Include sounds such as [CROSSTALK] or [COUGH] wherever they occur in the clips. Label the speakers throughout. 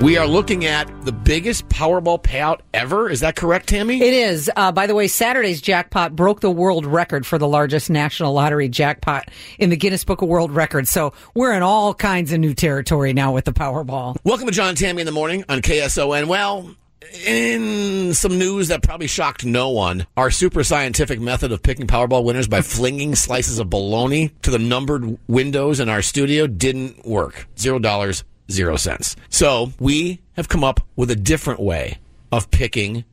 Speaker 1: We are looking at the biggest Powerball payout ever. Is that correct, Tammy?
Speaker 2: It is. Uh, by the way, Saturday's jackpot broke the world record for the largest national lottery jackpot in the Guinness Book of World Records. So we're in all kinds of new territory now with the Powerball.
Speaker 1: Welcome to John and Tammy in the morning on KSON. Well, in some news that probably shocked no one, our super scientific method of picking Powerball winners by flinging slices of bologna to the numbered windows in our studio didn't work. Zero dollars, zero cents. So we have come up with a different way of picking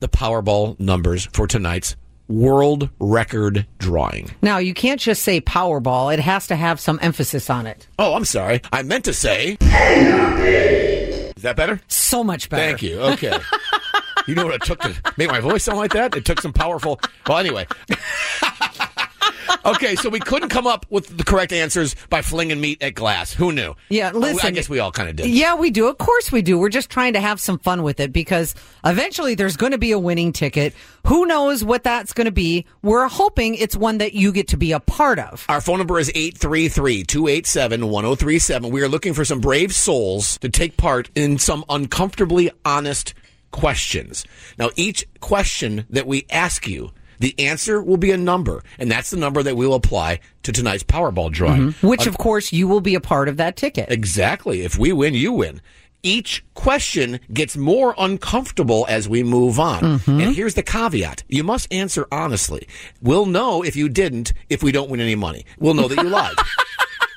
Speaker 1: the Powerball numbers for tonight's world record drawing.
Speaker 2: Now, you can't just say Powerball, it has to have some emphasis on it.
Speaker 1: Oh, I'm sorry. I meant to say. Is that better?
Speaker 2: So much better.
Speaker 1: Thank you. Okay. you know what it took to make my voice sound like that? It took some powerful. Well, anyway. [LAUGHS] okay, so we couldn't come up with the correct answers by flinging meat at glass. Who knew?
Speaker 2: Yeah,
Speaker 1: Well, I
Speaker 2: listen-
Speaker 1: guess we all kind of did.
Speaker 2: Yeah, we do. Of course we do. We're just trying to have some fun with it because eventually there's going to be a winning ticket. Who knows what that's going to be? We're hoping it's one that you get to be a part of.
Speaker 1: Our phone number is 833 287 1037. We are looking for some brave souls to take part in some uncomfortably honest questions. Now, each question that we ask you, the answer will be a number, and that's the number that we will apply to tonight's Powerball drawing.
Speaker 2: Which, of course, you will be a part of that ticket.
Speaker 1: Exactly. If we win, you win. Each question gets more uncomfortable as we move on.
Speaker 2: Mm-hmm.
Speaker 1: And here's the caveat. You must answer honestly. We'll know if you didn't if we don't win any money. We'll know that you
Speaker 2: [LAUGHS]
Speaker 1: lied.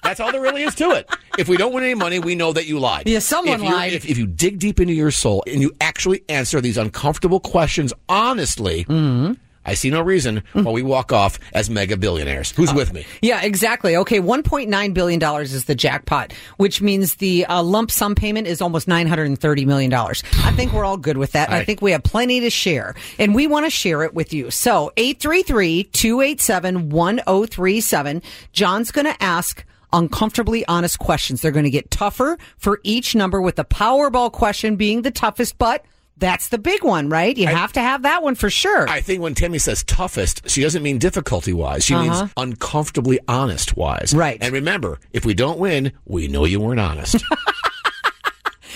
Speaker 1: That's all there really is to it. If we don't win any money, we know that you lied.
Speaker 2: Yeah, someone
Speaker 1: If you're-
Speaker 2: lied.
Speaker 1: If, if you dig deep into your soul and you actually answer these uncomfortable questions honestly,
Speaker 2: Mm-hmm.
Speaker 1: I see no reason
Speaker 2: Mm.
Speaker 1: why we walk off as mega billionaires.
Speaker 2: Uh,
Speaker 1: Who's with me?
Speaker 2: Yeah, exactly. Okay, $1.9 billion is the jackpot, which means the uh, lump sum payment is almost $930 million. I think we're all good with that. and I
Speaker 1: Aye.
Speaker 2: think we have plenty to share, and we want to share it with you. So, 833 287 1037. John's going to ask uncomfortably honest questions. They're going to get tougher for each number, with the Powerball question being the toughest, but. That's the big one, right? You have to have that one for sure.
Speaker 1: I think when Tammy says toughest, she doesn't mean difficulty wise. She means uncomfortably honest wise.
Speaker 2: Right.
Speaker 1: And remember, if we don't win, we know you weren't [LAUGHS] honest.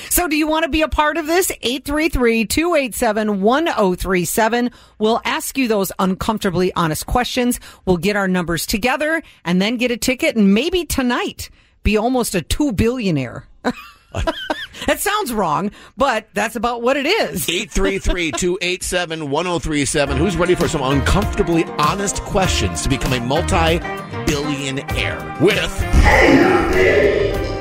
Speaker 2: So do you want to be a part of this? 833-287-1037. We'll ask you those uncomfortably honest questions. We'll get our numbers together and then get a ticket and maybe tonight be almost a two billionaire. [LAUGHS] that sounds wrong, but that's about what it is.
Speaker 1: 833 287 1037. Who's ready for some uncomfortably honest questions to become a multi billionaire? With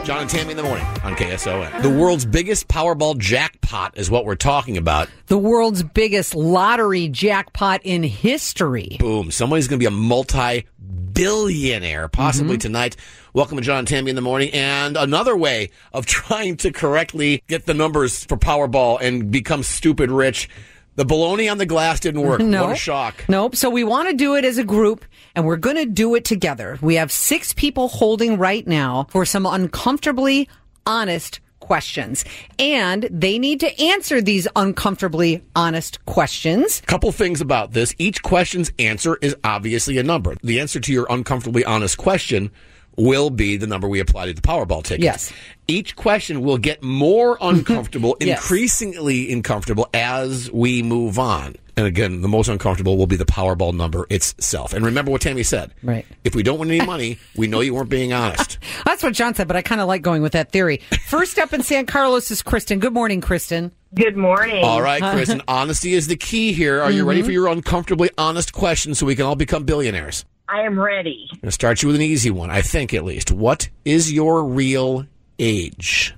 Speaker 1: John and Tammy in the morning on KSON. The world's biggest Powerball jackpot is what we're talking about.
Speaker 2: The world's biggest lottery jackpot in history.
Speaker 1: boom. Somebody's going to be a multi billionaire, possibly tonight. Welcome to John and Tammy in the morning. And another way of [LAUGHS] trying to correctly get the numbers for Powerball and become stupid rich. The baloney on the glass didn't work.
Speaker 2: [LAUGHS] No.
Speaker 1: What a shock.
Speaker 2: Nope. So we want to do it as a group and we're going to do it together. We have six people holding right now for some uncomfortably honest questions. And they need to answer these uncomfortably honest questions.
Speaker 1: Couple things about this. Each question's answer is obviously a number. The answer to your uncomfortably honest question will be the number we apply to the Powerball ticket.
Speaker 2: Yes.
Speaker 1: Each question will get
Speaker 2: [LAUGHS]
Speaker 1: more uncomfortable,
Speaker 2: Yes.
Speaker 1: increasingly uncomfortable as we move on. And again, the most uncomfortable will be the Powerball number itself. And remember what Tammy said.
Speaker 2: Right.
Speaker 1: If we don't win any money, we know you weren't being honest.
Speaker 2: That's what John said, but I kind of like going with that theory. [LAUGHS] First up in San Carlos is Kristen. Good morning, Kristen.
Speaker 3: Good morning.
Speaker 1: All right, Chris,
Speaker 2: [LAUGHS]
Speaker 1: and honesty is the key here. Are you
Speaker 2: Mm-hmm.
Speaker 1: ready for your uncomfortably honest question so we can all become billionaires?
Speaker 3: I am ready.
Speaker 1: I'm going to start you with an easy one, I think at least. What is your real age?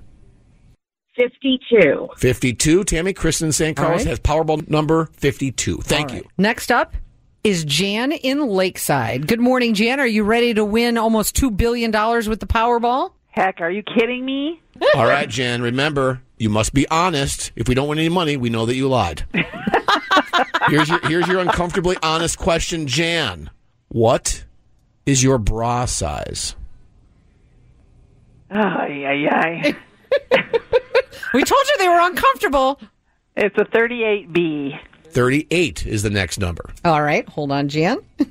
Speaker 3: 52.
Speaker 1: 52. Tammy Kristen in St. Carlos
Speaker 2: right.
Speaker 1: has Powerball number 52. Thank you.
Speaker 2: Next up is Jan in Lakeside. Good morning, Jan. Are you ready to win almost $2 billion with the Powerball?
Speaker 4: Heck, are you kidding me?
Speaker 1: All right, Jen, remember, You must be honest. If we don't win any money, we know that you
Speaker 2: [LAUGHS]
Speaker 1: lied. here's your here's your uncomfortably honest question, Jan. What is your bra size?
Speaker 3: Ay, ay, ay.
Speaker 2: We told you they were uncomfortable.
Speaker 3: It's a 38B.
Speaker 1: Thirty eight is the next number.
Speaker 2: All right, hold on, Jan. [LAUGHS]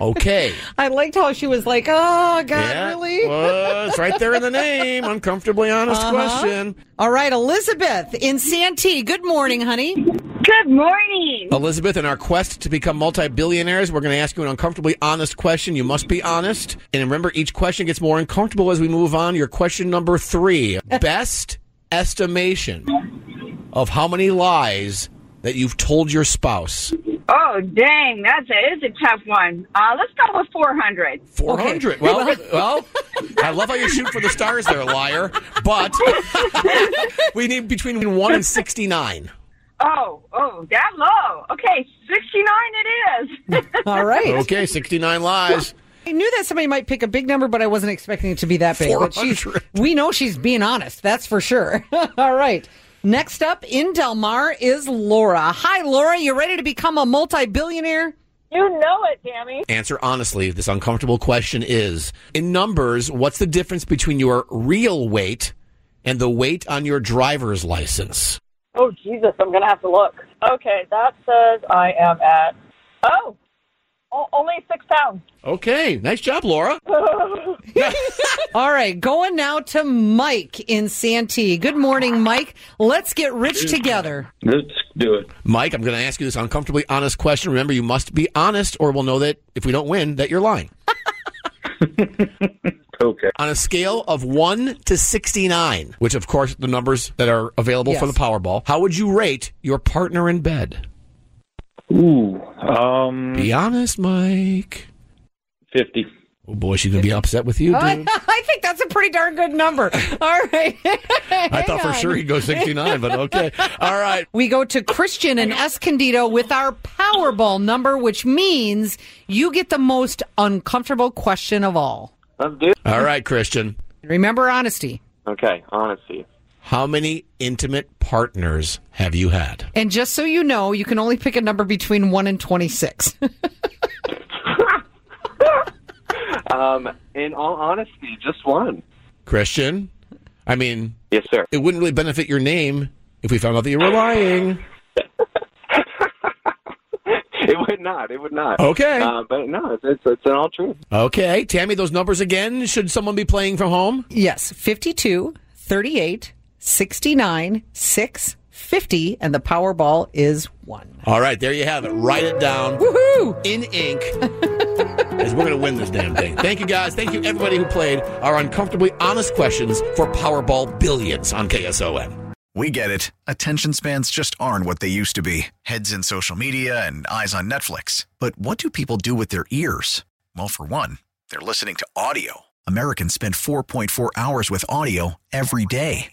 Speaker 1: Okay.
Speaker 2: I liked how she was like, "Oh God,
Speaker 1: Yeah,
Speaker 2: really?" Uh-huh.
Speaker 1: well, it's right there in the name. Uncomfortably honest question.
Speaker 2: All right, Elizabeth in Santee. Good morning, honey.
Speaker 4: Good morning.
Speaker 1: Elizabeth, in our quest to become multi-billionaires, we're going to ask you an uncomfortably honest question. You must be honest. And remember, each question gets more uncomfortable as we move on. Your question number three. Best estimation of how many lies that you've told your spouse.
Speaker 4: Oh, dang, that's a, it's a tough one. Uh, let's go with 400.
Speaker 1: 400. Well, well, I love how you shoot for the stars there, liar. But [LAUGHS] we need between 1 and 69.
Speaker 4: Oh, oh, that low. Okay, 69 it is. [LAUGHS]
Speaker 2: All right.
Speaker 1: Okay, 69 lies.
Speaker 2: I knew that somebody might pick a big number, but I wasn't expecting it to be that big. But she's,
Speaker 1: 400.
Speaker 2: we know she's being honest. That's for sure. [LAUGHS] All right. Next up in Del Mar is Laura. Hi, Laura. You ready to become a multi-billionaire?
Speaker 4: you know it, Tammy.
Speaker 1: Answer honestly. This uncomfortable question is In numbers, what's the difference between your real weight and the weight on your driver's license?
Speaker 5: Oh, Jesus, I'm going to have to look. Okay, that says I am at, oh, o- only six pounds.
Speaker 1: Okay, nice job, Laura.
Speaker 2: All right. Going now to Mike in Santee. Good morning, Mike. Let's get rich together.
Speaker 6: Let's do it.
Speaker 1: Mike, I'm going to ask you this uncomfortably honest question. Remember, you must be honest, or we'll know that if we don't win, that you're lying.
Speaker 6: Okay.
Speaker 1: on a scale of 1 to 69, which of course the numbers that are available for the
Speaker 2: Yes.
Speaker 1: Powerball, how would you rate your partner in bed?
Speaker 6: Ooh. Um.
Speaker 1: Be honest, Mike.
Speaker 6: Fifty.
Speaker 1: Oh boy, she's going to be upset with you, dude.
Speaker 2: [LAUGHS] I think that's a pretty darn good number. All right. [LAUGHS]
Speaker 1: I thought for sure he'd go 69, but okay. All right.
Speaker 2: We go to Christian and Escondido with our Powerball number, which means you get the most uncomfortable question of all.
Speaker 6: Let's do. It.
Speaker 1: All right, Christian.
Speaker 2: Remember honesty.
Speaker 6: Okay. Honesty.
Speaker 1: How many intimate partners have you had?
Speaker 2: And just so you know, you can only pick a number between 1 and [LAUGHS] 26.
Speaker 6: Um. In all honesty, just one.
Speaker 1: Christian? I mean,
Speaker 6: Yes, sir.
Speaker 1: it wouldn't really benefit your name if we found out that you were lying.
Speaker 6: It would not. It would not.
Speaker 1: Okay.
Speaker 6: Uh, but no, it's it's, it's an all truth.
Speaker 1: Okay. Tammy, those numbers again. Should someone be playing from home?
Speaker 2: yes, 52, 38, 69, 6, 50, and the Powerball is 1.
Speaker 1: All right, there you have it. Write it down
Speaker 2: Woohoo!
Speaker 1: in ink. As we're going to win this damn thing. Thank you guys. Thank you everybody who played our uncomfortably honest questions for Powerball Billions on KSON.
Speaker 7: We get it. Attention spans just aren't what they used to be heads in social media and eyes on Netflix. But what do people do with their ears? Well, for one, they're listening to audio. Americans spend 4.4 hours with audio every day.